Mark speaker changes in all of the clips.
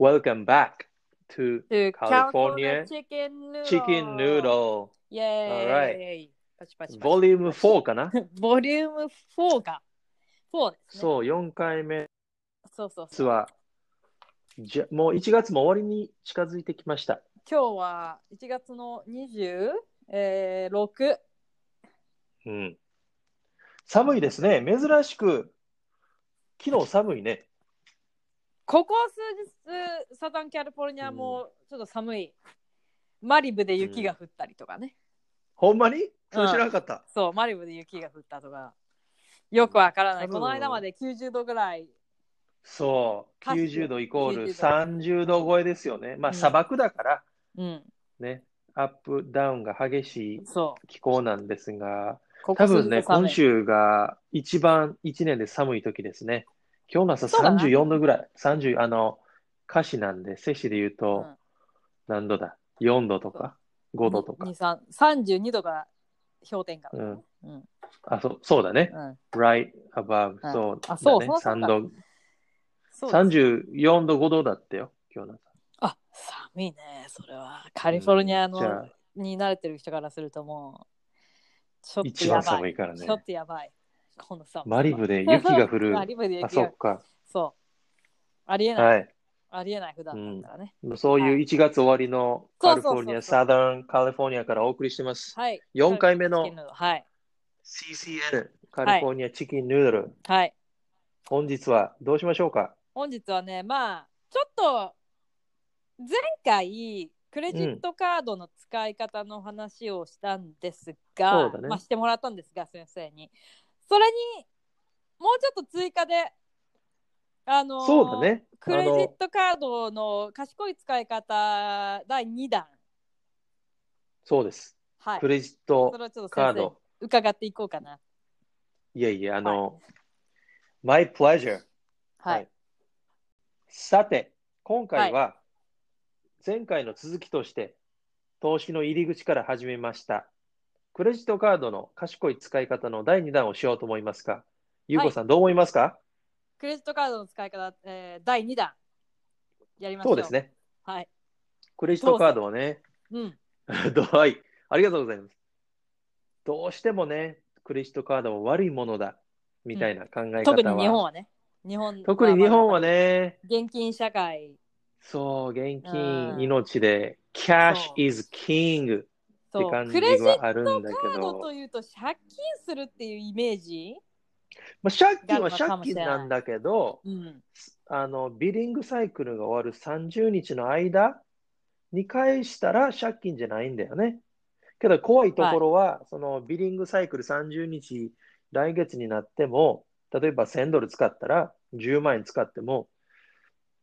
Speaker 1: Welcome back to
Speaker 2: to
Speaker 1: California
Speaker 2: California Chicken Noodle.
Speaker 1: Chicken Noodle
Speaker 2: イェーイ。パチパチパチ。
Speaker 1: ボリューム4かな
Speaker 2: ボリューム4が。4ですね。
Speaker 1: そう、4回目
Speaker 2: そうそう
Speaker 1: 実
Speaker 2: そう。
Speaker 1: は、じゃもう1月も終わりに近づいてきました。
Speaker 2: 今日は1月の26、えー6
Speaker 1: うん。寒いですね。珍しく、昨日寒いね。
Speaker 2: ここ数日、サザンキャリフォルニアもちょっと寒い。マリブで雪が降ったりとかね。
Speaker 1: ほんまにそれ知らなかった。
Speaker 2: そう、マリブで雪が降ったとか。よくわからない。
Speaker 1: 多
Speaker 2: こ
Speaker 1: 分
Speaker 2: の間まで90度ぐらい。
Speaker 1: そう、
Speaker 2: かつ
Speaker 1: 90度イコール
Speaker 2: 90
Speaker 1: 30度超えですよね。まあ
Speaker 2: うん
Speaker 1: 砂漠だから、
Speaker 2: うん、
Speaker 1: ね、アップダウンが激しい
Speaker 2: そう。
Speaker 1: 気候なんですが、
Speaker 2: ここ
Speaker 1: 多
Speaker 2: 数日
Speaker 1: 分ね、
Speaker 2: 寒い
Speaker 1: 今週が一番一年で寒い時ですね。今日の朝
Speaker 2: そうだな
Speaker 1: 34度ぐらい、30、あの、華氏なんで、摂氏で言う
Speaker 2: う
Speaker 1: と
Speaker 2: ん
Speaker 1: 何度だ ?4 度とか、5度とか
Speaker 2: に。さん32度が氷点下だね、うん
Speaker 1: あ、そう、そうだね。
Speaker 2: うん
Speaker 1: right above.
Speaker 2: うん
Speaker 1: そう
Speaker 2: あそう
Speaker 1: だね。
Speaker 2: そうそう
Speaker 1: 3度、
Speaker 2: そうです
Speaker 1: 34度、5度だったよ、今日の朝。
Speaker 2: あ寒いねそれはカリフォルニア
Speaker 1: うんじゃ
Speaker 2: の
Speaker 1: あ
Speaker 2: に慣れてる人からするともうちょっと
Speaker 1: 一
Speaker 2: や
Speaker 1: 番
Speaker 2: ば
Speaker 1: 寒
Speaker 2: い
Speaker 1: いからね
Speaker 2: ちょ。っとやばいこの寒さ
Speaker 1: マリブで雪が降る。
Speaker 2: マリブ
Speaker 1: あ、
Speaker 2: で雪
Speaker 1: そ
Speaker 2: が
Speaker 1: っか。
Speaker 2: そうありえない、
Speaker 1: はい。
Speaker 2: ありえない普段だったらね、
Speaker 1: そういう1月終わりのカ
Speaker 2: そうそ
Speaker 1: リフ
Speaker 2: うそうそう
Speaker 1: ォルニア、サザンカリフォルニアからお送りしてます。
Speaker 2: はい
Speaker 1: 4回目の
Speaker 2: チキンヌードルはい
Speaker 1: CCN、カリフォルニアチキンヌードル。
Speaker 2: はい
Speaker 1: 本日はどうしましょうか
Speaker 2: 本日はねまあちょっと前回クレジットカードの使い方の話をしたんですが、
Speaker 1: うんそうだね
Speaker 2: まあ、してもらったんですが先生にそれにもうちょっと追加であのー
Speaker 1: そうだね。
Speaker 2: クレジ
Speaker 1: あ
Speaker 2: ッ
Speaker 1: の
Speaker 2: トカードの賢い使い方第2弾
Speaker 1: そうです。
Speaker 2: はい
Speaker 1: クレジッ
Speaker 2: そ
Speaker 1: ト
Speaker 2: れをちょっと
Speaker 1: カー
Speaker 2: 先生に
Speaker 1: ド。
Speaker 2: 伺っていこうかな、
Speaker 1: いえいえ、あの、My pleasure。
Speaker 2: はい
Speaker 1: はいさて、今回は前回の続きとして投資の入り口から始めました。クレジットカードの賢い使い方の第2弾をしようと思いますが、ゆうこさんどう思いますか
Speaker 2: クレジットカードの使い方、えー第2弾やりましょ
Speaker 1: そううですね。
Speaker 2: はい
Speaker 1: クレジットカードはね、
Speaker 2: うん
Speaker 1: どはい、ありがとうございます。どうしてもね、クレジットカードは悪いものだ、みたいな考え方は、
Speaker 2: 特に日本はね日本
Speaker 1: 特に日本はね、
Speaker 2: 現金社会
Speaker 1: そう、現
Speaker 2: う
Speaker 1: 金、
Speaker 2: ん
Speaker 1: 命で、cash
Speaker 2: そう
Speaker 1: is king って
Speaker 2: そう
Speaker 1: 感
Speaker 2: ク
Speaker 1: じ
Speaker 2: レジット
Speaker 1: はあるんだけ
Speaker 2: カード
Speaker 1: ど
Speaker 2: と、いうと借金するっていうイメージ、
Speaker 1: まあ、借金は
Speaker 2: があるのかも
Speaker 1: 借金
Speaker 2: しれない
Speaker 1: なんだけど、
Speaker 2: うん、
Speaker 1: あの、ビリングサイクルが終わる30日の間に返したら借金じゃないんだよね。けど怖いところは、そのビリングサイクル30日、来月になっても、例えば1000ドル使ったら10万円使っても、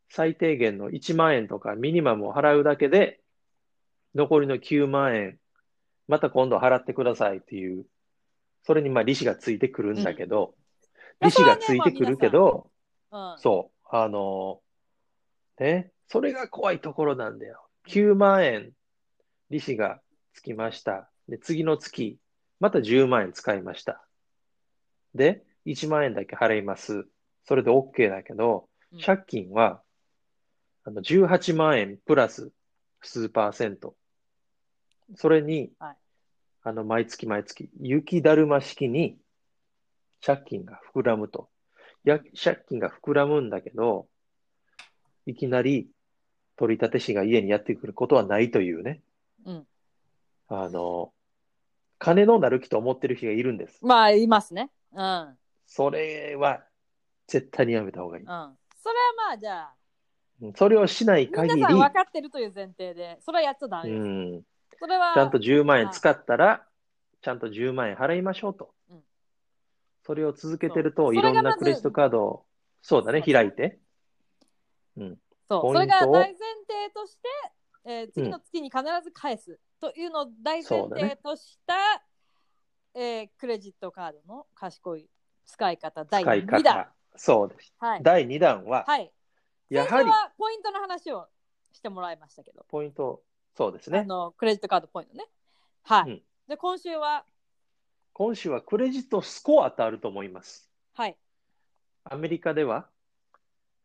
Speaker 1: 最低限の1万円とかミニマムを払うだけで、残りの9万円、また今度払ってくださいっていう、それにまあ利子がついてくるんだけど、
Speaker 2: うん
Speaker 1: 利子がついてくるけど、
Speaker 2: うん、
Speaker 1: そう。あのね。それが怖いところなんだよ。9万円、利子がつきました。で、次の月、また10万円使いました。で、1万円だけ払います。それで OK だけど、
Speaker 2: うん
Speaker 1: 借金は、あの、18万円プラス数パーセント。それに、
Speaker 2: はい
Speaker 1: あの、毎月毎月、雪だるま式に借金が膨らむと。や、借金が膨らむんだけど、いきなり取り立て師が家にやってくることはないというね。
Speaker 2: うん
Speaker 1: あの、金のなる木と思ってる人がいるんです。
Speaker 2: まあいますねうんうん
Speaker 1: それは絶対にやめた方がいい
Speaker 2: それ。はまあじゃあ
Speaker 1: うんそれをしない
Speaker 2: 皆
Speaker 1: 限り、
Speaker 2: さん分かってるという前提でそれはやっちゃダメです、
Speaker 1: うん、
Speaker 2: それは
Speaker 1: ちゃんと10万円使ったら、ちゃんと10万円払いましょうと
Speaker 2: うん。
Speaker 1: それを続けてる
Speaker 2: そ
Speaker 1: と、い
Speaker 2: う
Speaker 1: ろん
Speaker 2: それが
Speaker 1: な
Speaker 2: まず
Speaker 1: クレジットカードを、そうだね、
Speaker 2: そうだ
Speaker 1: 開
Speaker 2: ね
Speaker 1: いて。
Speaker 2: そう
Speaker 1: ポイン
Speaker 2: そ
Speaker 1: トを
Speaker 2: れが大前提として、えー次の月に必ず返すというのを大前
Speaker 1: そうだね
Speaker 2: 提とした、えークレジットカードの賢い使い方第
Speaker 1: 使い
Speaker 2: 2弾
Speaker 1: 方。そうです。
Speaker 2: はい、
Speaker 1: 第2弾は、
Speaker 2: はい、
Speaker 1: やはり
Speaker 2: 先週はポイントの話をしてもらいましたけど、
Speaker 1: ポイント、そうです
Speaker 2: あ
Speaker 1: ね。
Speaker 2: のクレジットカードポイントね。はい。
Speaker 1: うん
Speaker 2: で、今週は、
Speaker 1: 今週はクレジットスコアとあると思います。
Speaker 2: はい。
Speaker 1: アメリカでは、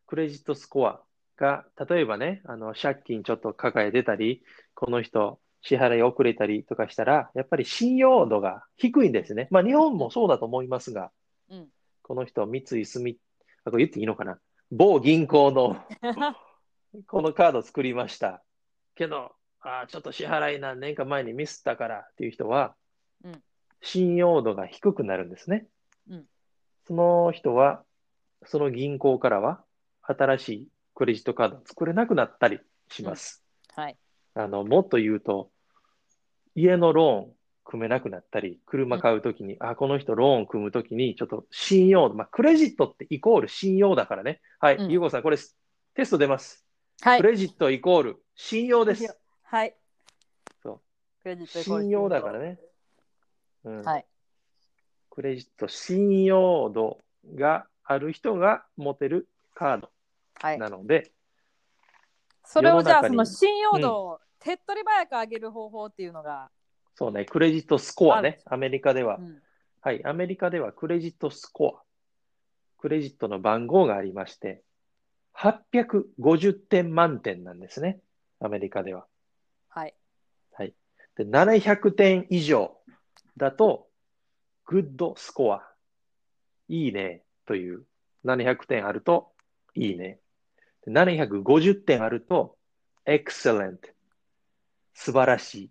Speaker 1: クレジットスコア、が、例えばね、あの、借金ちょっと抱えてたり、この人、支払い遅れたりとかしたら、やっぱり信用度が低いんですね。まあ、日本もそうだと思いますが、
Speaker 2: うん
Speaker 1: この人、三井住、あ、これ言っていいのかな某銀行の このカード作りました。けど、あーちょっと支払い何年か前にミスったからっていう人は
Speaker 2: うん、
Speaker 1: 信用度が低くなるんですね
Speaker 2: うん。
Speaker 1: その人は、その銀行からは、新しいクレジットカードを作れなくなったりします。
Speaker 2: はい。
Speaker 1: あの、もっと言うと、家のローン組めなくなったり、車買うときに、あ、この人ローン組むときに、ちょっと信用度、まあ、クレジットってイコール信用だからね。はい、
Speaker 2: うん
Speaker 1: ゆうこさん、これテスト出ます。
Speaker 2: は
Speaker 1: ク
Speaker 2: い。
Speaker 1: レジットイコール信用です。
Speaker 2: はい。
Speaker 1: そう。
Speaker 2: クレジットイコール
Speaker 1: 信用だから。ね。うん
Speaker 2: はい。
Speaker 1: クレジット信用度がある人が持てるカード
Speaker 2: はい。
Speaker 1: なので、
Speaker 2: それをじゃあ、
Speaker 1: 世の
Speaker 2: そ
Speaker 1: 中
Speaker 2: の
Speaker 1: に
Speaker 2: 信用度を手っ取り早く上げる方法っていうのが。
Speaker 1: そうね、クレジットスコア
Speaker 2: あるん
Speaker 1: ね
Speaker 2: で、
Speaker 1: アメリカでは
Speaker 2: う。ん。
Speaker 1: はい、アメリカではクレジットスコア。クレジットの番号がありまして、850点満点なんですね、アメリカでは。
Speaker 2: はい。
Speaker 1: で、700点以上だと、グッドスコア。いいね。という。700点あると、いいね。で750点あると、excellent。素晴らしい。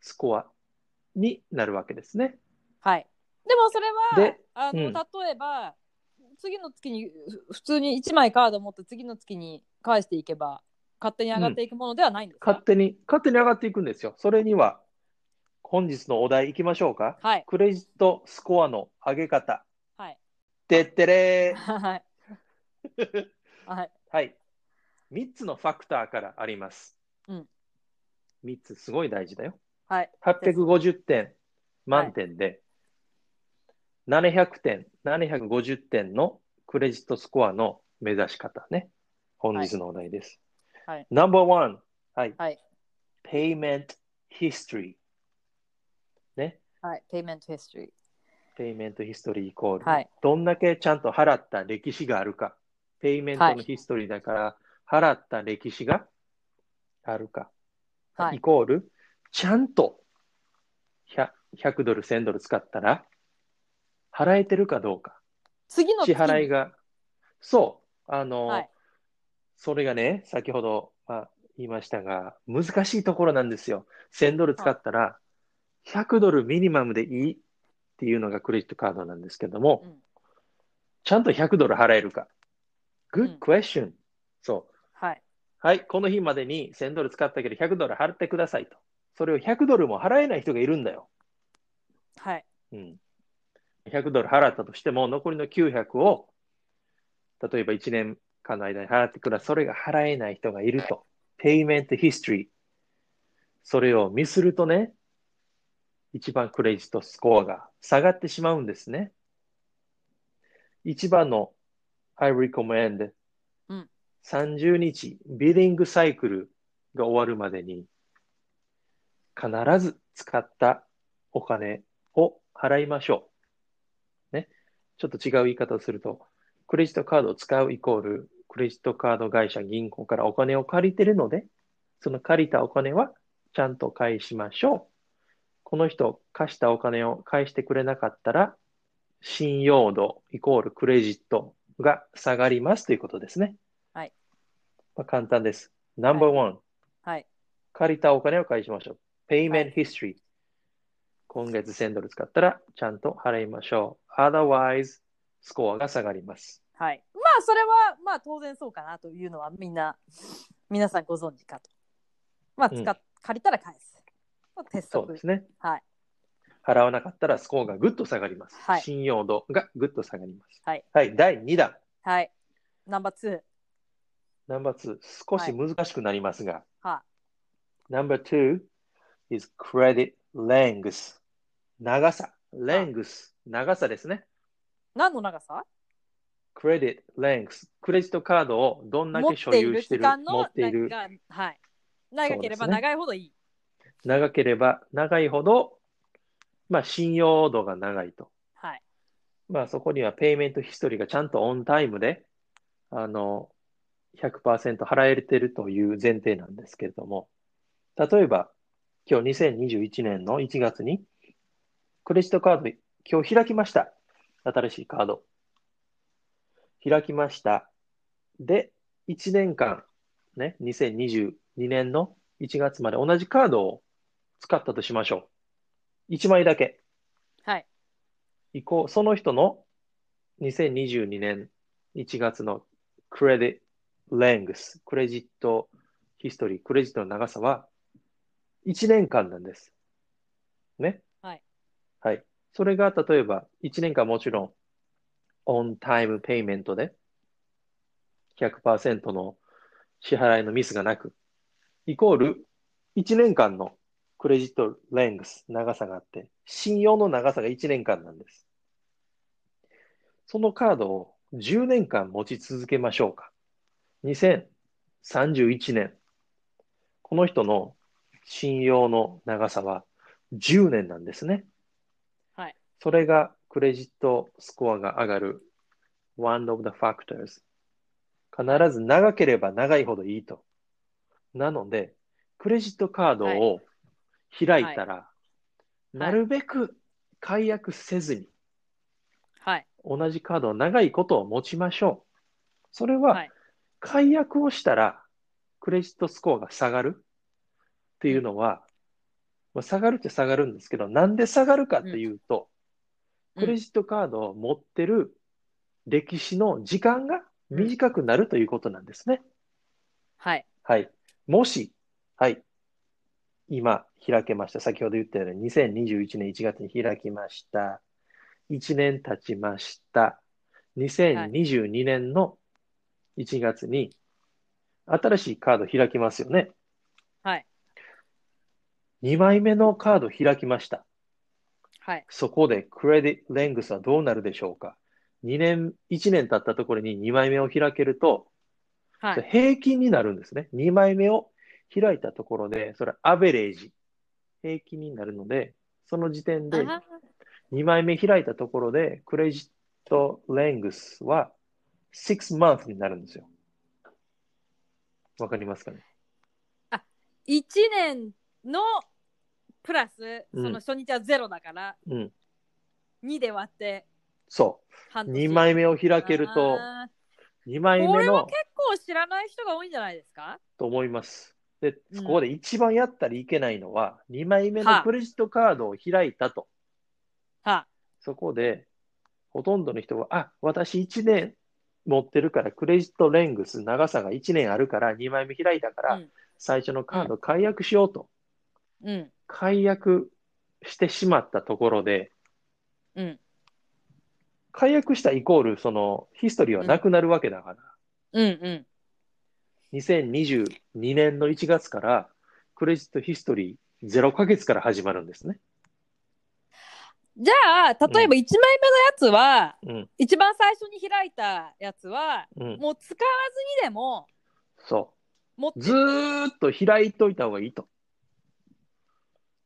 Speaker 1: スコアになるわけですね。
Speaker 2: はい。でもそれは
Speaker 1: で、
Speaker 2: あの、
Speaker 1: うん
Speaker 2: 例えば、次の月に、ふ普通に1枚カード持って次の月に返していけば、勝手に上がっていくものではないんですか、
Speaker 1: 勝手に、勝手に上がっていくんですよ。それには、本日のお題行きましょうか。
Speaker 2: はい。
Speaker 1: クレジットスコアの上げ方。
Speaker 2: はい。
Speaker 1: てってれー。
Speaker 2: はい。はい。
Speaker 1: はい。3つのファクターからあります。
Speaker 2: うん。
Speaker 1: 3つすごい大事だよ。
Speaker 2: はい。
Speaker 1: 850点満点で、700点、750点のクレジットスコアの目指し方ね。本日のお題です。
Speaker 2: はい。
Speaker 1: Number one。はい。
Speaker 2: はい。
Speaker 1: Payment history。ね。
Speaker 2: はい。ペイメントヒストリー。
Speaker 1: Payment history イコール。
Speaker 2: はい
Speaker 1: どんだけちゃんと払った歴史があるか。Payment のヒストリーだから、払った歴史があるか。
Speaker 2: は
Speaker 1: イ
Speaker 2: い。
Speaker 1: コール、ちゃんと 100, 100ドル、1000ドル使ったら、払えてるかどうか。
Speaker 2: 次の
Speaker 1: 支
Speaker 2: 月
Speaker 1: 払い
Speaker 2: に。
Speaker 1: が、そう、あの、
Speaker 2: はい
Speaker 1: それがね、先ほど、まあ、言いましたが、難しいところなんですよ。1000ドル使ったら、100ドルミニマムでいいっていうのがクレジットカードなんですけども、
Speaker 2: うん
Speaker 1: ちゃんと100ドル払えるか。
Speaker 2: う
Speaker 1: Good
Speaker 2: ん
Speaker 1: question、そう。
Speaker 2: はい。
Speaker 1: はい、この日までに1000ドル使ったけど100ドル払ってくださいと。それを100ドルも払えない人がいるんだよ。
Speaker 2: はい。
Speaker 1: うん、100ドル払ったとしても、残りの900を、例えば1年間の間に払ってください。それが払えない人がいると。ペイメントヒストリー。それをミスるとね、一番クレジットスコアが下がってしまうんですね。一番の I recommend、
Speaker 2: うん
Speaker 1: 30日ビリングサイクルが終わるまでに必ず使ったお金を払いましょう。ね。ちょっと違う言い方をすると、クレジットカードを使うイコール、クレジットカード会社、銀行からお金を借りてるので、その借りたお金はちゃんと返しましょう。この人、貸したお金を返してくれなかったら、信用度イコールクレジットが下がりますということですね。
Speaker 2: はい。
Speaker 1: まあ、簡単です。Number one、
Speaker 2: はい。
Speaker 1: 借りたお金を返しましょう。
Speaker 2: はい
Speaker 1: Payment history、今月1000ドル使ったらちゃんと払いましょう。Otherwise、スコアが下がります。
Speaker 2: はい。まあ、それは、まあ、当然そうかなというのは、みんな、皆さんご存知かと。まあ、使っ、
Speaker 1: うん
Speaker 2: 借りたら返す。まあ、鉄
Speaker 1: そう
Speaker 2: 則
Speaker 1: ですね。
Speaker 2: はい。
Speaker 1: 払わなかったらスコアがぐっと下がります。
Speaker 2: はい
Speaker 1: 信用度がぐっと下がります。
Speaker 2: はい。
Speaker 1: はい、第2弾。
Speaker 2: はい。ナンバー2。
Speaker 1: ナンバー2、少し難しくなりますが。
Speaker 2: は
Speaker 1: ナンバー2 is credit length。長さ。length。長さですね。
Speaker 2: 何の長さ
Speaker 1: credit length。クレジットカードをどんだ
Speaker 2: 持っ
Speaker 1: け所
Speaker 2: てい
Speaker 1: 有
Speaker 2: る
Speaker 1: して
Speaker 2: 期
Speaker 1: る、
Speaker 2: 間の
Speaker 1: 持っている。
Speaker 2: 長はい。長ければ長いほどいい。
Speaker 1: 長ければ長いほど、まあ、信用度が長いと。
Speaker 2: はい。
Speaker 1: まあ、そこにはペイメントヒストリーがちゃんとオンタイムで、あの、 100%払えてるという前提なんですけれども、例えば、今日2021年の1月に、クレジットカード、今日開きました。新しいカード。開きました。で、1年間、ね、2022年の1月まで同じカードを使ったとしましょう。1枚だけ。
Speaker 2: はい。
Speaker 1: 以降、その人の2022年1月のクレディ・レングス、クレジット・ヒストリー、クレジットの長さは1年間なんです。ね。
Speaker 2: はい。
Speaker 1: はい。それが例えば1年間もちろんオンタイムペイメントで100%の支払いのミスがなく、イコール1年間のクレジットレングス、長さがあって、信用の長さが1年間なんです。そのカードを10年間持ち続けましょうか。2031年。この人の信用の長さは10年なんですね。
Speaker 2: はい。
Speaker 1: それがクレジットスコアが上がる one of the factors。必ず長ければ長いほどいいと。なので、クレジットカードを開いたら、
Speaker 2: い
Speaker 1: なるべく解約せずに、
Speaker 2: はい。
Speaker 1: 同じカードを長いことを持ちましょう。それ
Speaker 2: は。
Speaker 1: はい解約をしたらクレジットスコアが下がるっていうのは、まあ下がるって下がるんですけど、なんで下がるかっていうと、
Speaker 2: うん
Speaker 1: クレジットカードを持ってる歴史の時間が短くなるということなんですね。
Speaker 2: はい。
Speaker 1: はい。もし、はい。今、開けました。先ほど言ったように、2021年1月に開きました。1年経ちました。2022年の1月に、新しいカード開きますよね。
Speaker 2: はい。
Speaker 1: 2枚目のカード開きました。
Speaker 2: はい。
Speaker 1: そこでクレディレングスはどうなるでしょうか ?2 年、1年経ったところに2枚目を開けると、
Speaker 2: はい。
Speaker 1: 平均になるんですね。2枚目を開いたところで、それはアベレージ。平均になるので、その時点で
Speaker 2: あ
Speaker 1: 2枚目開いたところで、クレジットレングスは6 months になるんですよ。わかりますかね
Speaker 2: 1年のプラス、
Speaker 1: うん
Speaker 2: その初日はゼロだから、
Speaker 1: うん。
Speaker 2: 2で割って
Speaker 1: そ
Speaker 2: 半
Speaker 1: う。
Speaker 2: 年。
Speaker 1: 2枚目を開けると、
Speaker 2: あー
Speaker 1: 2枚
Speaker 2: こ
Speaker 1: 目
Speaker 2: れは
Speaker 1: の
Speaker 2: 結構知らない人が多いんじゃないですか
Speaker 1: と思います。で
Speaker 2: う、ん
Speaker 1: ここで一番やったらいけないのは、2枚目
Speaker 2: は
Speaker 1: の
Speaker 2: あ
Speaker 1: クレジットカードを開いたと。
Speaker 2: は
Speaker 1: そこで、ほとんどの人は、あ、私1年持ってるから、クレジットレングス長さが1年あるから、2枚目開いたから、
Speaker 2: うん
Speaker 1: 最初のカード解約しようと。
Speaker 2: い。うん。
Speaker 1: 解約してしまったところで、
Speaker 2: うん。
Speaker 1: 解約したイコール、その、ヒストリーはなくなるわけだから、
Speaker 2: うん。うん。
Speaker 1: 2022年の1月から、クレジットヒストリー0ヶ月から始まるんですね。
Speaker 2: じゃあ、例えば1枚目のやつは、
Speaker 1: うん、
Speaker 2: 一番最初に開いたやつは、
Speaker 1: うん、
Speaker 2: もう使わずにでも、
Speaker 1: そ
Speaker 2: 持っ
Speaker 1: う。
Speaker 2: て
Speaker 1: ずーっと開いといた方がいいと。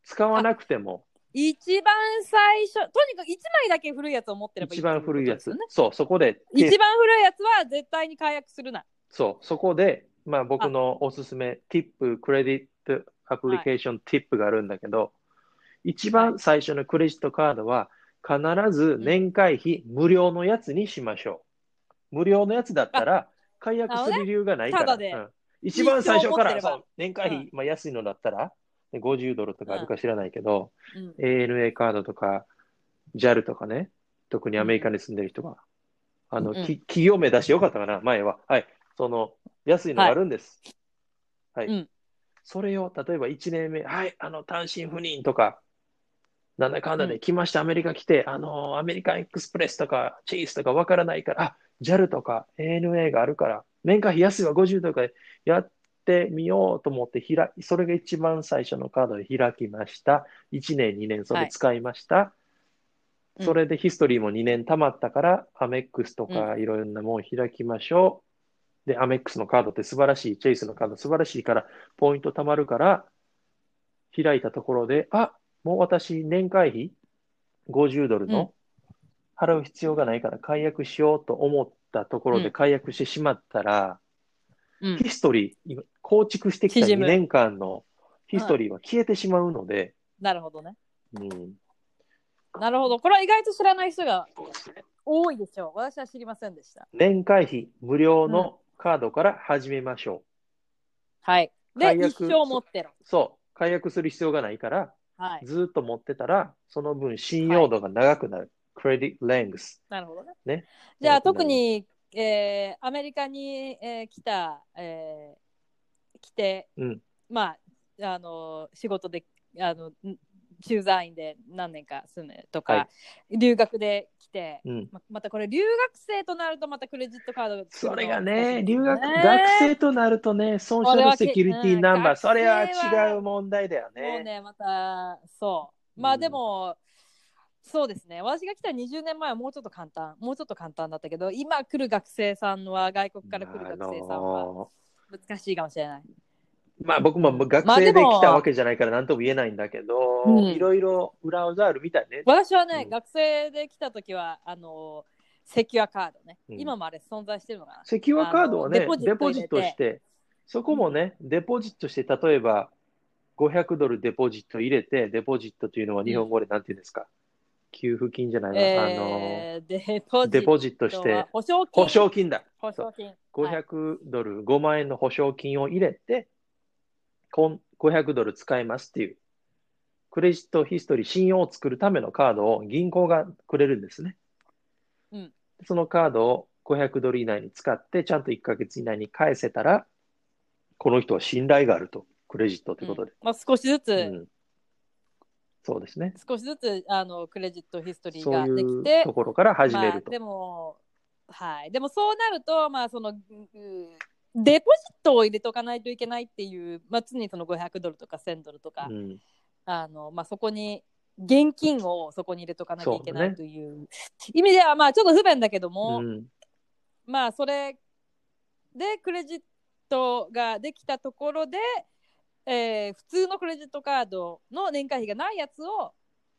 Speaker 1: 使わなくても、
Speaker 2: 一番最初、とにかく1枚だけ古いやつを持ってればいい
Speaker 1: 一番古いや
Speaker 2: って
Speaker 1: つ
Speaker 2: こ。
Speaker 1: そう、そこで、
Speaker 2: とですよね。一番古いやつは絶対に解約するな。
Speaker 1: そう、そこで、まあ僕のおすすめ、ティップ、クレディット、アプリケーション、ティップがあるんだけど、一番最初のクレジットカードは、必ず年会費無料のやつにしましょう。無料のやつだったら、解約する理由がないから。
Speaker 2: なるほどね
Speaker 1: う
Speaker 2: た
Speaker 1: ん一番最初か
Speaker 2: 一
Speaker 1: ら、
Speaker 2: 生持
Speaker 1: そ
Speaker 2: っ
Speaker 1: う年会費、まあ安いのだったら、で50ドルとかあるか知らないけど、
Speaker 2: うん、
Speaker 1: ANA カードとか JAL とかね、特にアメリカに住んでる人が、あの、
Speaker 2: うん
Speaker 1: き企業名出してよかったかな、前は。はい。その、安いのがあるんです。はい。
Speaker 2: うん
Speaker 1: それを、例えば1年目、はい、あの、単身赴任とか、なんだかんだで来ました、アメリカ来て、あの、アメリカンエクスプレスとか、チェイスとかわからないから、あ、JAL とか ANA があるから、年会費安いは50とかでやってみようと思って開い、それが一番最初のカードで開きました。1年、2年、それ使いました。
Speaker 2: うん
Speaker 1: それでヒストリーも2年溜まったから、アメックスとかいろんなもん開きましょう。で、アメックスのカードって素晴らしい、チェイスのカード素晴らしいから、ポイント貯まるから、開いたところで、あ、もう私年会費50ドル
Speaker 2: うん
Speaker 1: の払う必要がないから解約しようと思ったところ
Speaker 2: う
Speaker 1: で
Speaker 2: ん
Speaker 1: 解約してしまったら、
Speaker 2: うん
Speaker 1: ヒストリー、今構築してきた
Speaker 2: 縮
Speaker 1: 2
Speaker 2: む
Speaker 1: 年間のヒストリーは消えてしまうので、
Speaker 2: なるほどね。
Speaker 1: うん、
Speaker 2: なるほど。これは意外と知らない人が多いでしょう。私は知りませんでした。
Speaker 1: 年会費無料のカードから始めましょう。
Speaker 2: はい。で、
Speaker 1: 解
Speaker 2: 一
Speaker 1: 約
Speaker 2: 生持ってろ。
Speaker 1: そう、解約する必要がないから、
Speaker 2: はい。
Speaker 1: ずーっと持ってたら、その分信用度が長くなる。クレディットレングス。
Speaker 2: なるほどね。
Speaker 1: ね
Speaker 2: じゃあ、
Speaker 1: なるほど
Speaker 2: 特に、えーアメリカに、えー来た、えー来て、
Speaker 1: うん
Speaker 2: まあ、あの仕事で、あのん駐在員で何年か住むとか、
Speaker 1: は
Speaker 2: 留学で来て、
Speaker 1: うん。
Speaker 2: ままたこれ留学生となるとまたクレジットカードが作
Speaker 1: そ
Speaker 2: るの
Speaker 1: れが
Speaker 2: 難し
Speaker 1: ね、
Speaker 2: いです
Speaker 1: 留
Speaker 2: よ
Speaker 1: 学、学生となるとね、ソーシャルセキュリティナンバー、そ
Speaker 2: こ
Speaker 1: れ
Speaker 2: れ
Speaker 1: は
Speaker 2: は
Speaker 1: 違う問題だよ
Speaker 2: もう
Speaker 1: ね。
Speaker 2: ね、また、そう。ま
Speaker 1: う
Speaker 2: あ
Speaker 1: ん
Speaker 2: でも、そうですね。私が来た20年前はもうちょっと簡単、もうちょっと簡単だったけど、今来る学生さんは、外国から来る学生さん
Speaker 1: あ
Speaker 2: は
Speaker 1: の
Speaker 2: 難しいかもしれない。
Speaker 1: まあ僕も学
Speaker 2: まあ
Speaker 1: 生で
Speaker 2: でも
Speaker 1: 来たわけじゃないから何とも言えないんだけ
Speaker 2: う
Speaker 1: ど、
Speaker 2: ん
Speaker 1: いろいろ裏技あるみたいね。
Speaker 2: 私はね、
Speaker 1: うん
Speaker 2: 学生で来た時は、あの、セキュアカードね。
Speaker 1: うん
Speaker 2: 今もあれ存在してるのかな。
Speaker 1: セキュアカードはね、
Speaker 2: あの
Speaker 1: デ
Speaker 2: デ
Speaker 1: ポ
Speaker 2: ポ
Speaker 1: ジ
Speaker 2: ジ
Speaker 1: ッ
Speaker 2: ッ
Speaker 1: ト
Speaker 2: ト入れて
Speaker 1: して、そこもね、デポジットして、例えば500ドルデポジット入れて、デポジットというのは日本語でなんて言うんですか給付金じゃないな、
Speaker 2: えー、デポ
Speaker 1: あの、
Speaker 2: ジ
Speaker 1: デ
Speaker 2: ット
Speaker 1: ポジットし
Speaker 2: は
Speaker 1: て、
Speaker 2: 保証金。
Speaker 1: 保証金だ。
Speaker 2: 保証金。はい
Speaker 1: 500ドル、5万円の保証金を入れて、こん500ドル使えますっていう、クレジットヒストリー、信用を作るためのカードを銀行がくれるんですね。
Speaker 2: うん
Speaker 1: そのカードを500ドル以内に使って、ちゃんと1ヶ月以内に返せたら、この人は信頼があると、クレジットってことで。
Speaker 2: まあ、少しずつ、
Speaker 1: うんそうですね。
Speaker 2: 少しずつあのクレジットヒストリー
Speaker 1: そう
Speaker 2: ができ
Speaker 1: い
Speaker 2: て
Speaker 1: うところから始める
Speaker 2: まあ、
Speaker 1: と。
Speaker 2: でも、はい、でもそうなると、まあ、そのうんデポジットを入れとかないといけないっていう、まあ、常にその500ドルとか1000ドルとか、
Speaker 1: うん
Speaker 2: あのまあ、そこに現金をそこに入れとかなきゃいけな
Speaker 1: そうね
Speaker 2: いという意味では、まあ、ちょっと不便だけども、
Speaker 1: うん
Speaker 2: まあそれでクレジットができたところで、えー普通のクレジットカードの年会費がないやつを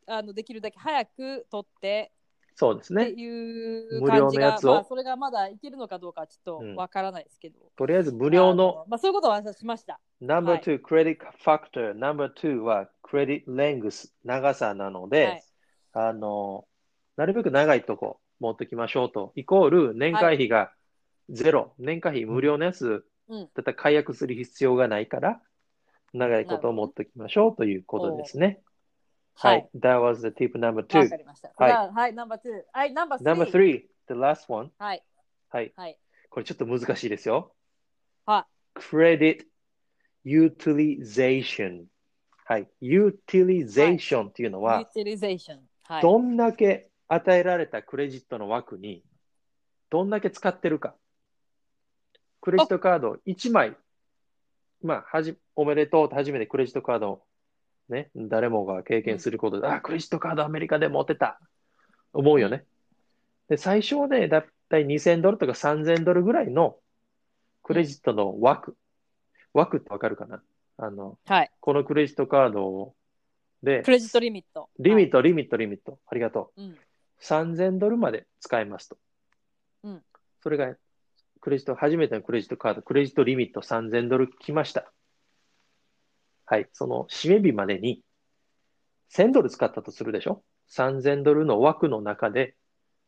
Speaker 2: あのできるだけ早く取って
Speaker 1: そうです
Speaker 2: って
Speaker 1: ね。
Speaker 2: いう
Speaker 1: 無料
Speaker 2: 感
Speaker 1: の
Speaker 2: じ
Speaker 1: や
Speaker 2: が、
Speaker 1: つを
Speaker 2: まあ、それがまだいけるのかどうかちょっ
Speaker 1: うん
Speaker 2: とわからないですけど、
Speaker 1: とりあえず無料の
Speaker 2: あまあ、そういうことは私はしました
Speaker 1: Number
Speaker 2: はい
Speaker 1: two, credit factor. Number two は credit length 長さなので、
Speaker 2: はい
Speaker 1: あの、なるべく長いとこ持ってきましょうと。イコール年会費がゼロ。年会費無料のやつ、
Speaker 2: うん
Speaker 1: だったら解約する必要がないから、長いことを持ってきましょうということですね。はい。That was the tip number
Speaker 2: わ、
Speaker 1: two.
Speaker 2: かりました
Speaker 1: はい
Speaker 2: じゃあはいナンバー2はいナンバー
Speaker 1: Number
Speaker 2: 3
Speaker 1: three, the last one.
Speaker 2: はい
Speaker 1: はい。
Speaker 2: はい
Speaker 1: これちょっと難しいですよ。
Speaker 2: は
Speaker 1: credit utilization。はい。utilization っていうのは、
Speaker 2: ユーティリゼーションはい
Speaker 1: どんだけ与えられたクレジットの枠に、どんだけ使ってるか。クレジットカード1枚、まあ、はじ、おめでとうって初めてクレジットカードをね、誰もが経験することで、あ、クレジットカードアメリカで持ってた。思うよね。で、最初はね、だいたい2000ドルとか3000ドルぐらいのクレジットの枠。枠ってわかるかなあの、
Speaker 2: はい
Speaker 1: このクレジットカードをで
Speaker 2: ク、レジットリミット
Speaker 1: リミ
Speaker 2: ッ
Speaker 1: ット、リミット、リミット。ありがと
Speaker 2: ト、はいうん
Speaker 1: う。3000ドルまで使えますと。
Speaker 2: うん
Speaker 1: それが、クレジット、初めてのクレジットカード、クレジットリミット3000ドル来ました。はい。その締め日までに、1000ドル使ったとするでしょ ?3000 ドルの枠の中で、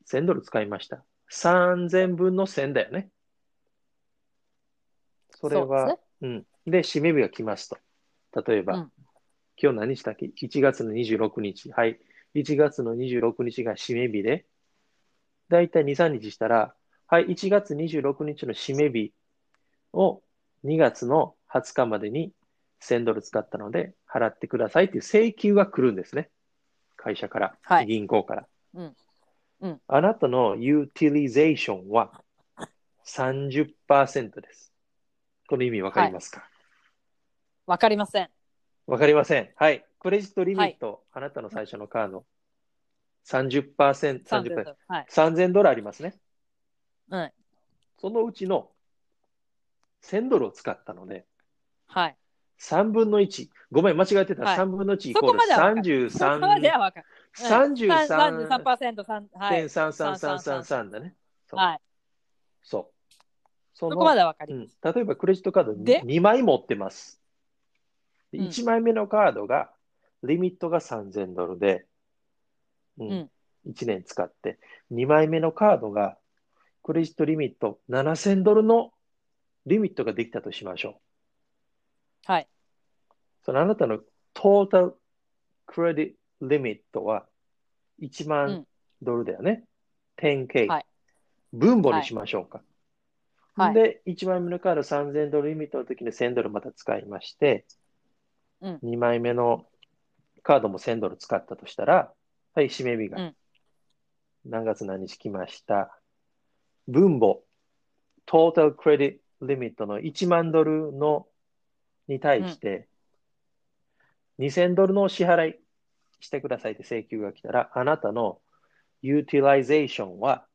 Speaker 1: 1000ドル使いました。3000分の1000だよね。それは、
Speaker 2: うですね
Speaker 1: うん。で、締め日が来ますと。例えば、
Speaker 2: うん
Speaker 1: 今日何したっけ ?1 月の26日。はい。1月の26日が締め日で、だいたい2、3日したら、はい、1月26日の締め日を2月の20日までに1000ドル使ったので払ってくださいっていう請求が来るんですね。会社から、
Speaker 2: はい
Speaker 1: 銀行から。
Speaker 2: うんうん
Speaker 1: あなたのユーティリゼーションは30%です。この意味わかりますか、
Speaker 2: わかりません
Speaker 1: わかりません。はい。クレジットリミット、あなたの最初のカード、30%、30%、
Speaker 2: はい
Speaker 1: 3000ドルありますね。
Speaker 2: はい
Speaker 1: そのうちの1000ドルを使ったので、
Speaker 2: はい
Speaker 1: 3分の1、ごめん、間違えてた、
Speaker 2: はい
Speaker 1: 3分の1イ
Speaker 2: そ
Speaker 1: コー
Speaker 2: こ
Speaker 1: ル
Speaker 2: までは分かそこま
Speaker 1: 33、
Speaker 2: では分かる。
Speaker 1: 33.3333
Speaker 2: 33%、3、はい。
Speaker 1: だね。そう
Speaker 2: はい。
Speaker 1: そう。そ
Speaker 2: そ
Speaker 1: の
Speaker 2: こまでは分か
Speaker 1: う
Speaker 2: りま
Speaker 1: ん
Speaker 2: す。
Speaker 1: 例えばクレジットカード
Speaker 2: で
Speaker 1: 2枚持ってます。で
Speaker 2: うん
Speaker 1: 1枚目のカードが、リミットが3000ドルで、う
Speaker 2: うんん、
Speaker 1: 1年使って、2枚目のカードが、クレジットリミット7000ドルのリミットができたとしましょう。
Speaker 2: はい。
Speaker 1: そのあなたのトータルクレディリミットは1
Speaker 2: う
Speaker 1: 万
Speaker 2: ん
Speaker 1: ドルだよね。10K。
Speaker 2: はい
Speaker 1: 分母にしましょうか。
Speaker 2: はい
Speaker 1: で、1枚目のカード3000ドルリミットの時に1000ドルまた使いまして、
Speaker 2: うん
Speaker 1: 2枚目のカードも1000ドル使ったとしたら、はい、締め日が。
Speaker 2: うん
Speaker 1: 何月何日来ました。分母、トータルクレディリミットの1万ドルのに対して、2000ドルの支払いしてくださいって請求が来たら、あなたのユーティライゼーションは、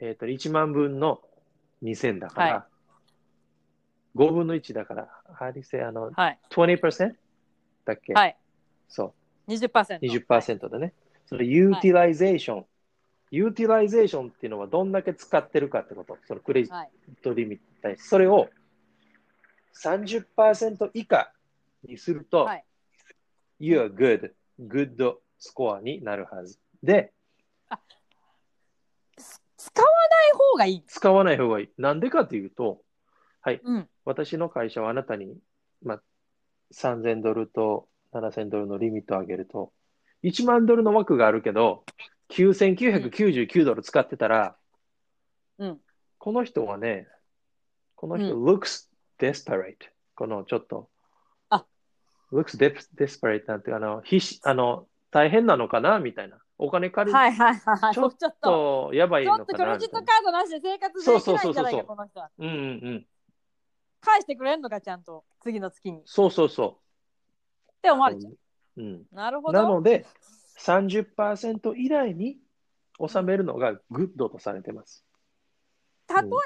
Speaker 1: えっ、と、1万分の2000だから、
Speaker 2: は
Speaker 1: 5分の1だから、ハリセ、あの、
Speaker 2: はい。
Speaker 1: 20%だっけ、
Speaker 2: はい。
Speaker 1: そ
Speaker 2: 20%。
Speaker 1: う、20%だね。それ、ユーティライゼーション。ユーティライゼーションっていうのはどんだけ使ってるかってこと。そのクレジッ
Speaker 2: はい。
Speaker 1: トリミットに対して。それを30%以下にすると、
Speaker 2: はい
Speaker 1: You are good. Good スコアになるはず。で、
Speaker 2: 使わない方がいい。
Speaker 1: 使わない方がいい。なんでかというと、はい、
Speaker 2: うん。
Speaker 1: 私の会社はあなたに、まあ、3000ドルと7000ドルのリミットを上げると、1万ドルの枠があるけど、9999ドル使ってたら、
Speaker 2: うん
Speaker 1: この人はね、この人、
Speaker 2: う
Speaker 1: looks desperate。このちょっと、
Speaker 2: あ
Speaker 1: looks de- desperate なんてあの、必死、あの、大変なのかなみたいな。お金借りる
Speaker 2: はいはいはいはい。
Speaker 1: ちょっ
Speaker 2: ちょっと、
Speaker 1: とやばい
Speaker 2: ち
Speaker 1: の
Speaker 2: ょ
Speaker 1: かな
Speaker 2: っとクレジットカー
Speaker 1: みたいな
Speaker 2: ドなしで生活できないんじゃな
Speaker 1: そう
Speaker 2: い
Speaker 1: そうそうそ
Speaker 2: か、
Speaker 1: う
Speaker 2: この人は。
Speaker 1: うんうんうん。
Speaker 2: 返してくれんのか、ちゃんと。次の月に。っ
Speaker 1: そうそうそ
Speaker 2: て思われちゃ
Speaker 1: う。うん。
Speaker 2: う。なるほど。
Speaker 1: なので、30%以内に収めるのがグッドとされてます。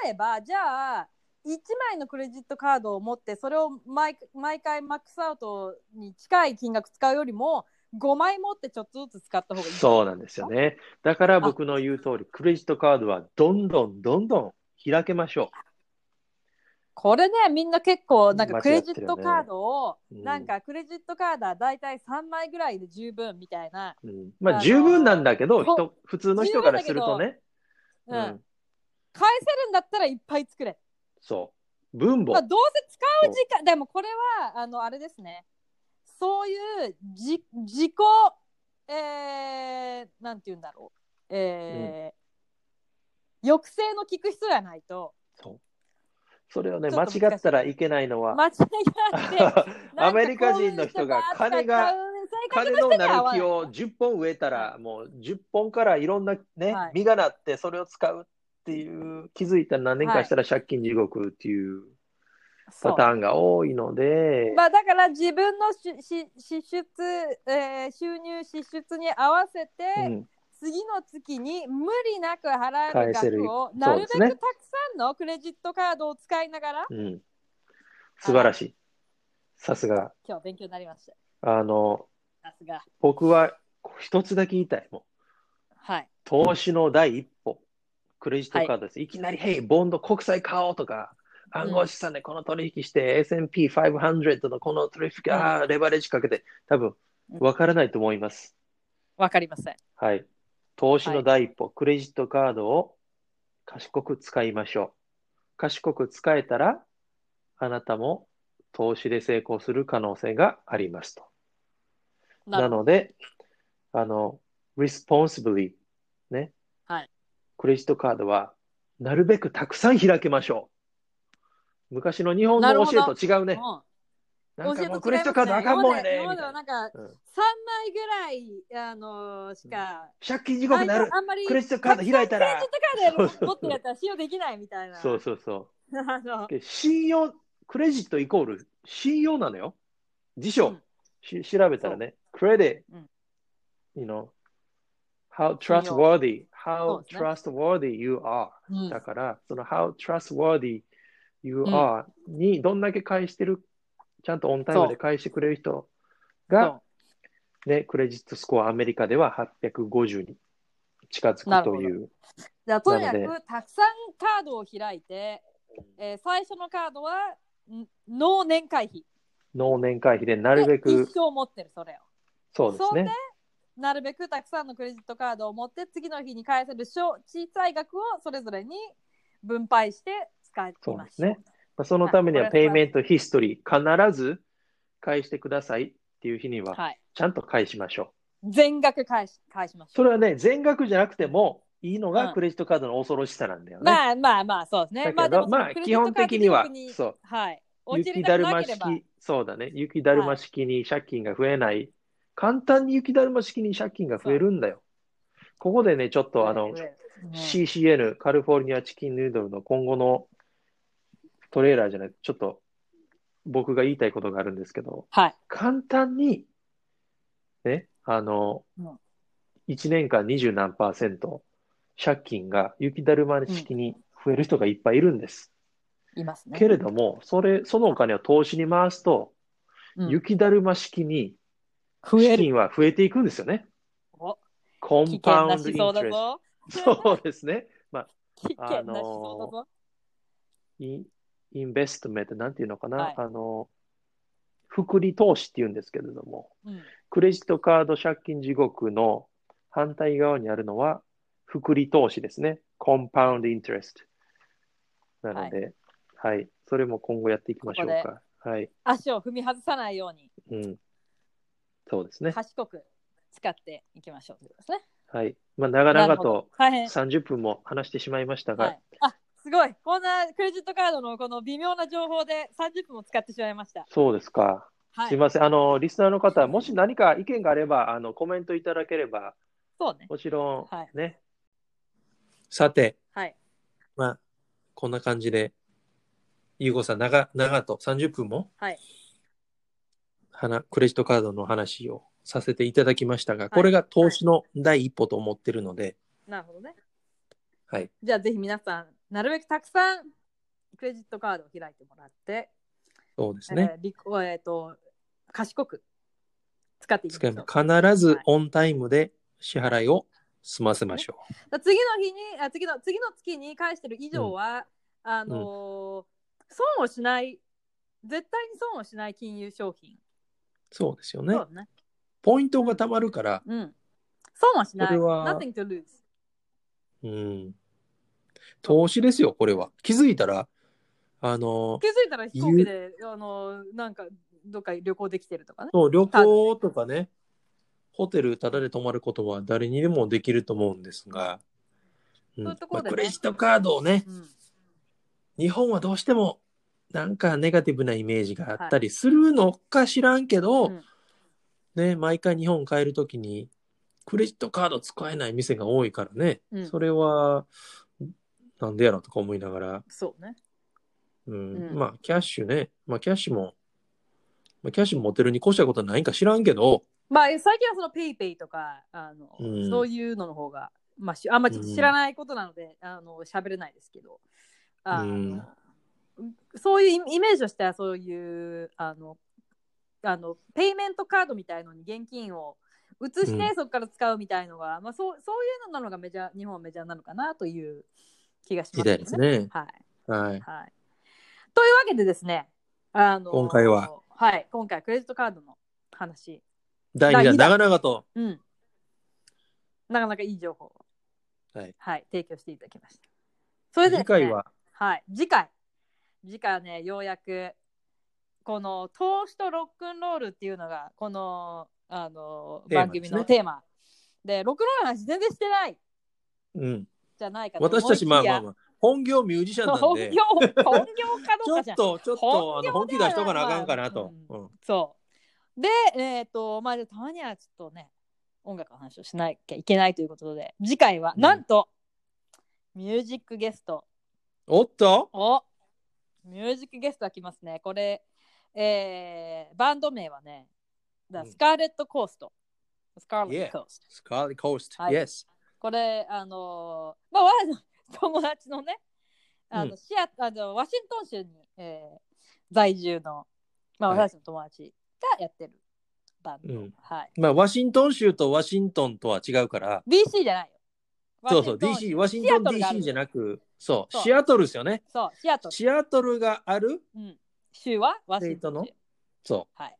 Speaker 2: 例えば、じゃあ1枚のクレジットカードを持ってそれを毎毎回マックスアウトに近い金額使うよりも5枚持ってちょっとずつ使った方がいい
Speaker 1: そうなんですよね。だから僕の言う通り、クレジットカードはどんどんどんどん開けましょ
Speaker 2: これねみんな結構なん
Speaker 1: 間違
Speaker 2: か
Speaker 1: っ
Speaker 2: ク
Speaker 1: てるよね
Speaker 2: レジットカードを、
Speaker 1: うん
Speaker 2: なんかクレジットカードはだいたい3枚ぐらいで十分みたいな、
Speaker 1: う。うん、まあ
Speaker 2: あのー
Speaker 1: 十分なんだけど、
Speaker 2: ほ
Speaker 1: 人普通の人からするとね、
Speaker 2: うん
Speaker 1: うん、
Speaker 2: 返せるんだったらいっぱい作れ、
Speaker 1: そう。分母、
Speaker 2: まあ、どうせ使う時間でもこれはあのあれですねそういうじ自己えー、なんて言うんだろうえー抑制の効く人じゃないと
Speaker 1: そう。それをね、
Speaker 2: ちょ
Speaker 1: 間
Speaker 2: っと難しい
Speaker 1: 違ったらいけないのは、
Speaker 2: 間違いなく て
Speaker 1: アメリカ人の人が金が、金のなる木を10本植えたら、もう10本からいろんな、ね
Speaker 2: はい
Speaker 1: 実がなってそれを使うっていう気づいたら何年かしたら借金地獄っていうパ
Speaker 2: パ
Speaker 1: ターンが多いので、
Speaker 2: まあだから自分のしし支出、えー収入支出に合わせて、
Speaker 1: うん、
Speaker 2: 次の月に無理なく払え
Speaker 1: 返
Speaker 2: る
Speaker 1: せる
Speaker 2: 額をな
Speaker 1: そうで
Speaker 2: るべ
Speaker 1: す
Speaker 2: く
Speaker 1: ね
Speaker 2: たくさんのクレジットカードを使いながら
Speaker 1: うん、素晴らしいさすが
Speaker 2: 今日勉強になりました
Speaker 1: あの
Speaker 2: さすが
Speaker 1: 僕は一つだけ言いたいもう
Speaker 2: はい
Speaker 1: 投資の第一歩クレジットカードです、い、きなり「ヘイボンド国債買おう」とか暗号資産でこの取引して、S&P500 のこの取引、あーレバレッジかけて多分わからないと思います。
Speaker 2: わかりません
Speaker 1: はい。投資の第一歩、クレジットカードを賢く使いましょう。賢く使えたら、あなたも投資で成功する可能性がありますと。な
Speaker 2: るほど
Speaker 1: ので、あの、responsibly ね。
Speaker 2: はい
Speaker 1: クレジットカードは、なるべくたくさん開けましょう。昔の日本の教えと違うね。
Speaker 2: うん
Speaker 1: なん
Speaker 2: 教え
Speaker 1: かもう
Speaker 2: と違い
Speaker 1: クレジットカードあかんもんや
Speaker 2: ますね
Speaker 1: ね。
Speaker 2: 今ま
Speaker 1: み
Speaker 2: で
Speaker 1: たいな
Speaker 2: はなんか
Speaker 1: うん
Speaker 2: 3枚ぐらい、あのーしか、
Speaker 1: 借金地獄になる
Speaker 2: あ。んまり
Speaker 1: クレジットカード開いたら
Speaker 2: クレジットカード
Speaker 1: そ
Speaker 2: や
Speaker 1: うそうそう
Speaker 2: る持ってるやつは使用できないみたいな。
Speaker 1: そうそうそう。
Speaker 2: あの
Speaker 1: で信用、クレジットイコール信用なのよ。辞書、
Speaker 2: うん
Speaker 1: し調べたらね、クレディ
Speaker 2: うん
Speaker 1: you know, how
Speaker 2: 信用
Speaker 1: trustworthy,
Speaker 2: そ
Speaker 1: how
Speaker 2: うですね
Speaker 1: trustworthy you are.
Speaker 2: うん
Speaker 1: だから、その how trustworthy you are にどんだけ返してる、ちゃんとオンタイムで返してくれる人が、ね、クレジットスコアアメリカでは850に近づくという。
Speaker 2: じゃあとにか
Speaker 1: なの
Speaker 2: くたくさんカードを開いて、えー最初のカードはん能年会費
Speaker 1: 能年会費でなるべ
Speaker 2: で
Speaker 1: く
Speaker 2: 一、生持ってるそれを
Speaker 1: そうですね。
Speaker 2: なるべくたくさんのクレジットカードを持って次の日に返せる小小さい額をそれぞれに分配して使いまし
Speaker 1: そう
Speaker 2: ょ
Speaker 1: で
Speaker 2: う
Speaker 1: すねまあそのためには
Speaker 2: これ
Speaker 1: ペイ
Speaker 2: は
Speaker 1: メントヒストリー、必ず返してくださいっていう日には、
Speaker 2: はい、
Speaker 1: ちゃんと返しましょう。
Speaker 2: 全額返し返しましょ
Speaker 1: そうれはね、全額じゃなくてもいいの
Speaker 2: う
Speaker 1: が
Speaker 2: ん
Speaker 1: クレジットカードの恐ろしさなんだよね。
Speaker 2: まあまあまあそうですね
Speaker 1: だけど、
Speaker 2: ま
Speaker 1: ま
Speaker 2: あ
Speaker 1: あ、
Speaker 2: でも
Speaker 1: 基本的には
Speaker 2: クレジッ、トカード
Speaker 1: そう、
Speaker 2: にはい陥
Speaker 1: 雪
Speaker 2: り
Speaker 1: だ
Speaker 2: たく
Speaker 1: る
Speaker 2: な
Speaker 1: ま
Speaker 2: ければ
Speaker 1: 式、そうだね、雪だるま式に借金が増えない。簡単に雪だるま式に借金が増えるんだよ。ここでね、ちょっとあの、
Speaker 2: うん
Speaker 1: CCN、カリフォルニアチキンヌードルの今後のトレーラーじゃない、ちょっと僕が言いたいことがあるんですけど、
Speaker 2: はい
Speaker 1: 簡単に、ね、あの、
Speaker 2: うん
Speaker 1: 1年間20何パーセント借金が雪だるま式に増える人がいっぱいいるんです。
Speaker 2: いますね
Speaker 1: けれども、それ、そのお金を投資に回すと、
Speaker 2: うん
Speaker 1: 雪だるま式に
Speaker 2: 増え
Speaker 1: 資
Speaker 2: る
Speaker 1: 金は増えていくんですよね。
Speaker 2: お
Speaker 1: コ
Speaker 2: 危
Speaker 1: ンパウ
Speaker 2: 険な
Speaker 1: ン
Speaker 2: 思
Speaker 1: ドインテ
Speaker 2: 想だ
Speaker 1: レス
Speaker 2: ぞ
Speaker 1: ト。そ うですね。まあ、
Speaker 2: 危険な思想だぞ、
Speaker 1: インインベストメント、なんていうのかな、
Speaker 2: はい
Speaker 1: あの、複利投資っていうんですけれども、
Speaker 2: うん
Speaker 1: クレジットカード借金地獄の反対側にあるのは、複利投資ですね。コンパウンドインテレスト。なので、はい、それも今後やっていきましょうか。はい。
Speaker 2: 足を踏み外さないように
Speaker 1: うん。そうですね。
Speaker 2: 賢く使っていきましょうということですね。
Speaker 1: はい。まあ、長
Speaker 2: な
Speaker 1: 々
Speaker 2: るほど
Speaker 1: と
Speaker 2: 大変。
Speaker 1: 30分も話してしまいましたが、
Speaker 2: はい。あ、すごい。こんなクレジットカードのこの微妙な情報で30分も使ってしまいました。
Speaker 1: そうですか。
Speaker 2: は
Speaker 1: すい
Speaker 2: い。
Speaker 1: ません。あの、リスナーの方、もし何か意見があれば、あの、コメントいただければ、
Speaker 2: そうね。
Speaker 1: もちろん、
Speaker 2: はい
Speaker 1: ね。さて、
Speaker 2: はい。
Speaker 1: まあ、こんな感じで、ゆうごさん、長、長と30分も、
Speaker 2: はい
Speaker 1: はなクレジットカードの話をさせていただきましたが、これが投資の第一歩と思ってるので、
Speaker 2: なるほどね。
Speaker 1: はい。
Speaker 2: じゃあぜひ皆さん、なるべくたくさんクレジットカードを開いてもらって、
Speaker 1: そうですね。
Speaker 2: えー利口えーと、賢く使っていきま
Speaker 1: 使
Speaker 2: し
Speaker 1: い
Speaker 2: ょう。
Speaker 1: ま必ず
Speaker 2: はい
Speaker 1: オンタイムで支払いを済ませましょう。
Speaker 2: だ次の日にあ次の次の月に返してる以上は、あのー損をしない絶対に損をしない金融商品、
Speaker 1: そうですよね
Speaker 2: そ。うね、
Speaker 1: ポイントが貯まるから、
Speaker 2: うん、損はしない
Speaker 1: それは
Speaker 2: nothing to lose
Speaker 1: うん。投資ですよ、これは。気づいたら、あの、
Speaker 2: 気づいたら飛行機であのーなんかどっか旅行できてるとかね
Speaker 1: そう旅行とかね、ホテルタダで泊まることは誰にでもできると思うんですが、うん
Speaker 2: そういうところでね
Speaker 1: まあクレジットカードをね、
Speaker 2: うん
Speaker 1: 日本はどうしてもなんかネガティブなイメージがあったりするのか知らんけど、
Speaker 2: うん
Speaker 1: ね、毎回日本帰るときに、クレジットカード使えない店が多いからね、
Speaker 2: うん
Speaker 1: それは、なんでやろとか思いながら、
Speaker 2: そうね
Speaker 1: うん
Speaker 2: うん
Speaker 1: まあ、キャッシュね、まあ、キャッシュも、まあ、キャッシュ持てるに越したことはないんか知らんけど、
Speaker 2: まあ最近はそのペイペイとかあの、
Speaker 1: うん
Speaker 2: そういうのの方が、まあ、しあんまちょっと知らないことなので、あの喋れないですけどあの、
Speaker 1: うん
Speaker 2: そういうイイメージとしてはそういうあのあのペイメントカードみたいのに現金を移して、
Speaker 1: う
Speaker 2: そこから使うみたいのが、まあ、そうそういうのなのがメジャー日本はメジャーなのかなという気がしま
Speaker 1: 時
Speaker 2: すね。
Speaker 1: 代ですね。
Speaker 2: はい
Speaker 1: はい。
Speaker 2: はい。というわけでですね、あの
Speaker 1: 今回は、
Speaker 2: はい、今回はクレジットカードの話、
Speaker 1: 第2弾、
Speaker 2: 第二弾
Speaker 1: 長々と、
Speaker 2: うん、なかなかいい情報を、
Speaker 1: はい
Speaker 2: 提供していただきました。それでで
Speaker 1: 次
Speaker 2: すね、
Speaker 1: 回は、
Speaker 2: はい、次回、次回はね、ようやく、この投資とロックンロールっていうのが、このあの
Speaker 1: テーマ
Speaker 2: 番組のテーマ。で、ロックンロールの話全然してない
Speaker 1: うん、
Speaker 2: じゃないかと思い
Speaker 1: 私たち、まあまあま
Speaker 2: あ、
Speaker 1: あ、本業ミュージシャンなん
Speaker 2: 本
Speaker 1: で、
Speaker 2: 業、本業か
Speaker 1: ち
Speaker 2: どう
Speaker 1: ょ
Speaker 2: か
Speaker 1: っ
Speaker 2: じゃん。
Speaker 1: と、ちょっと、あの
Speaker 2: 本
Speaker 1: 本
Speaker 2: 業
Speaker 1: 気
Speaker 2: で
Speaker 1: 出
Speaker 2: は
Speaker 1: しとかなあかんかな
Speaker 2: まあ
Speaker 1: と。
Speaker 2: う
Speaker 1: うん
Speaker 2: そう。で、えっ、と、まあ、じゃあたまにはちょっとね、音楽の話をしなきゃいけないということで、次回は、
Speaker 1: うん
Speaker 2: なんと、ミュージックゲスト
Speaker 1: おっと
Speaker 2: を、ミュージックゲストが来ますね。これ、えー、バンド名はね、
Speaker 1: う
Speaker 2: The
Speaker 1: ん
Speaker 2: Scarlet Coast。Scarlet
Speaker 1: Yeah
Speaker 2: Coast。
Speaker 1: スカーリーコースト、
Speaker 2: はい
Speaker 1: Yes。
Speaker 2: これ、あのーまあ、わ友達のね、あ
Speaker 1: う
Speaker 2: のシア、あのワシントン州に、えー在住の、まあ、
Speaker 1: はい
Speaker 2: 私の友達がやってるバンド。
Speaker 1: うん
Speaker 2: はい。
Speaker 1: まあ、ワシントン州とワシントンとは違うから、
Speaker 2: BC じゃないよ。
Speaker 1: そうそう、
Speaker 2: ワシ
Speaker 1: DC、
Speaker 2: ン
Speaker 1: ワシントン
Speaker 2: シアトルがある
Speaker 1: DC じゃなく、そう、
Speaker 2: そう
Speaker 1: シアトルですよね。
Speaker 2: そう、シアトル。
Speaker 1: シアトルがある、
Speaker 2: うん、州はワシントン
Speaker 1: ステートの
Speaker 2: 州。
Speaker 1: そ
Speaker 2: はい。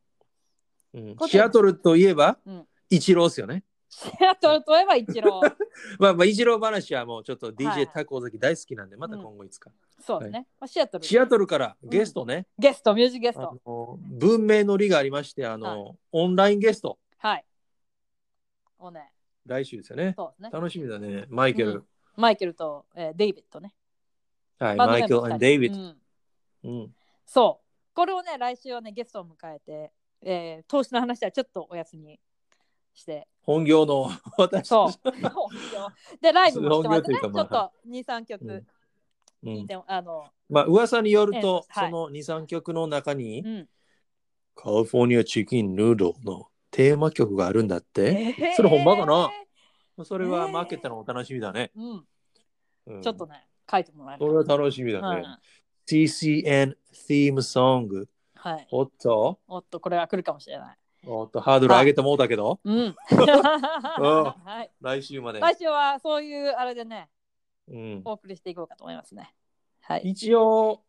Speaker 1: う、うん
Speaker 2: こ、と
Speaker 1: シアトルといえば
Speaker 2: うん、
Speaker 1: イチローですよね。
Speaker 2: シアトルといえばイ チロー。
Speaker 1: まあ、まあ、イチロー話はもうちょっと
Speaker 2: はい
Speaker 1: DJ タコ崎大好きなんで、また今後いつか。
Speaker 2: そうですね。まあ、シアトル。
Speaker 1: シアトルからゲストね、
Speaker 2: ゲスト、ミュージックゲス
Speaker 1: あ
Speaker 2: ト。
Speaker 1: の文明の利がありまして、あの、オンラインゲスト、
Speaker 2: はい。おね。
Speaker 1: 来週ですよね。
Speaker 2: そうですね。
Speaker 1: 楽しみだね、マイケル。
Speaker 2: マイケルと、えーデイビッドね。
Speaker 1: はい、
Speaker 2: バンド
Speaker 1: マ
Speaker 2: メ
Speaker 1: イ
Speaker 2: ン
Speaker 1: ケ
Speaker 2: バ
Speaker 1: ル
Speaker 2: ー二人
Speaker 1: and デイビッ
Speaker 2: うん
Speaker 1: ド。うん
Speaker 2: そう。これをね、来週はね、ゲストを迎えて、えー投資の話はちょっとお休みして、
Speaker 1: 本業の 私
Speaker 2: そ
Speaker 1: た
Speaker 2: う
Speaker 1: ち。
Speaker 2: で、ライブもしてもらってね、ち
Speaker 1: そ
Speaker 2: ょ
Speaker 1: う
Speaker 2: っ
Speaker 1: 本業というかま
Speaker 2: と2、3曲、
Speaker 1: うんう
Speaker 2: いい
Speaker 1: ん
Speaker 2: でもあの、
Speaker 1: まあ、噂によると、
Speaker 2: ええはい
Speaker 1: その2、3曲の中に、
Speaker 2: うん。
Speaker 1: カリフォルニアチキンヌードルのテーマ曲があるんだって。
Speaker 2: えー
Speaker 1: それほんまかなそれは
Speaker 2: ええ
Speaker 1: マーケットのお楽しみだね。
Speaker 2: うん。
Speaker 1: うん
Speaker 2: ちょっとね、書いてもらえ
Speaker 1: そ
Speaker 2: る。
Speaker 1: れは楽しみだ
Speaker 2: はい
Speaker 1: ね。。TCN ティームソング。
Speaker 2: はい。
Speaker 1: おっと
Speaker 2: おっと、これは来るかもしれない。
Speaker 1: おっと、ハードル上げてもうたけど、
Speaker 2: うん。はい。
Speaker 1: 来週まで。
Speaker 2: 来週はそういうあれでね、
Speaker 1: うん、
Speaker 2: お送りしていこうかと思いますね。はい。
Speaker 1: 一応、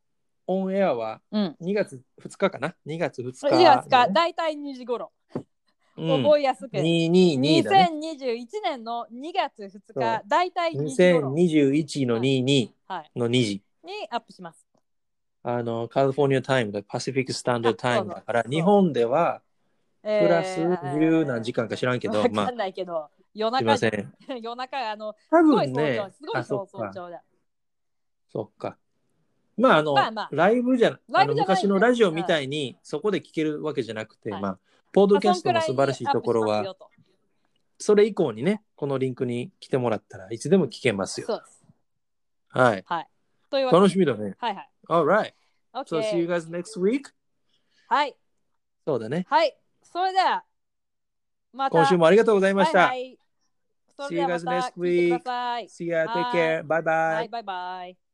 Speaker 1: オンエアは
Speaker 2: うん。
Speaker 1: 2月2日かな ?2 月2日、
Speaker 2: いや、だ大体2時頃、
Speaker 1: うん、
Speaker 2: 覚えやすく。
Speaker 1: 222だね。
Speaker 2: 2021年の2月2
Speaker 1: そ
Speaker 2: 日
Speaker 1: う、
Speaker 2: 大体2時頃に
Speaker 1: 2021の22
Speaker 2: はい
Speaker 1: の2時。
Speaker 2: にアップします。
Speaker 1: あの、カリフォルニアタイムでパシフィックスタンダードタイムだから、
Speaker 2: あそうそう
Speaker 1: 日本では
Speaker 2: プ
Speaker 1: プラス10何時間か知らんけど、
Speaker 2: わ
Speaker 1: ま
Speaker 2: か
Speaker 1: あ
Speaker 2: ん、ないけど、夜
Speaker 1: すいま
Speaker 2: 中
Speaker 1: せ
Speaker 2: に、
Speaker 1: ん。
Speaker 2: 夜中、あの、
Speaker 1: 多
Speaker 2: すごい
Speaker 1: 分
Speaker 2: 早
Speaker 1: ね
Speaker 2: 朝、す、ごい
Speaker 1: あ、
Speaker 2: 早
Speaker 1: そっ
Speaker 2: 早
Speaker 1: か、
Speaker 2: 朝だ。
Speaker 1: そっか。まあ、あの、
Speaker 2: まあまあ
Speaker 1: ライブじゃ、
Speaker 2: ラ
Speaker 1: あ
Speaker 2: イブ
Speaker 1: の
Speaker 2: じゃない
Speaker 1: 昔のラジオみたいに、そこで聞けるわけじゃなくて、
Speaker 2: はい
Speaker 1: まあ、ポッドキャ
Speaker 2: まあ
Speaker 1: ストの素晴らしいところ
Speaker 2: そんくらいにア
Speaker 1: は
Speaker 2: ッ、プしますよ
Speaker 1: それ以降にね、このリンクに来てもらったらいつでも聞けます
Speaker 2: と
Speaker 1: よ。
Speaker 2: そうです。
Speaker 1: はい。
Speaker 2: というわけで
Speaker 1: 楽しみだね。
Speaker 2: はいはい。
Speaker 1: Alright. So see you
Speaker 2: OK。
Speaker 1: guys next week.
Speaker 2: はい。
Speaker 1: そうだね。
Speaker 2: はい。それでは、また。
Speaker 1: 今週もありがとうございました。
Speaker 2: はいはい、それではまた
Speaker 1: See you guys next
Speaker 2: 聞いてください。
Speaker 1: See ya. Take
Speaker 2: はい
Speaker 1: care. Bye bye.
Speaker 2: はい、バイバイ。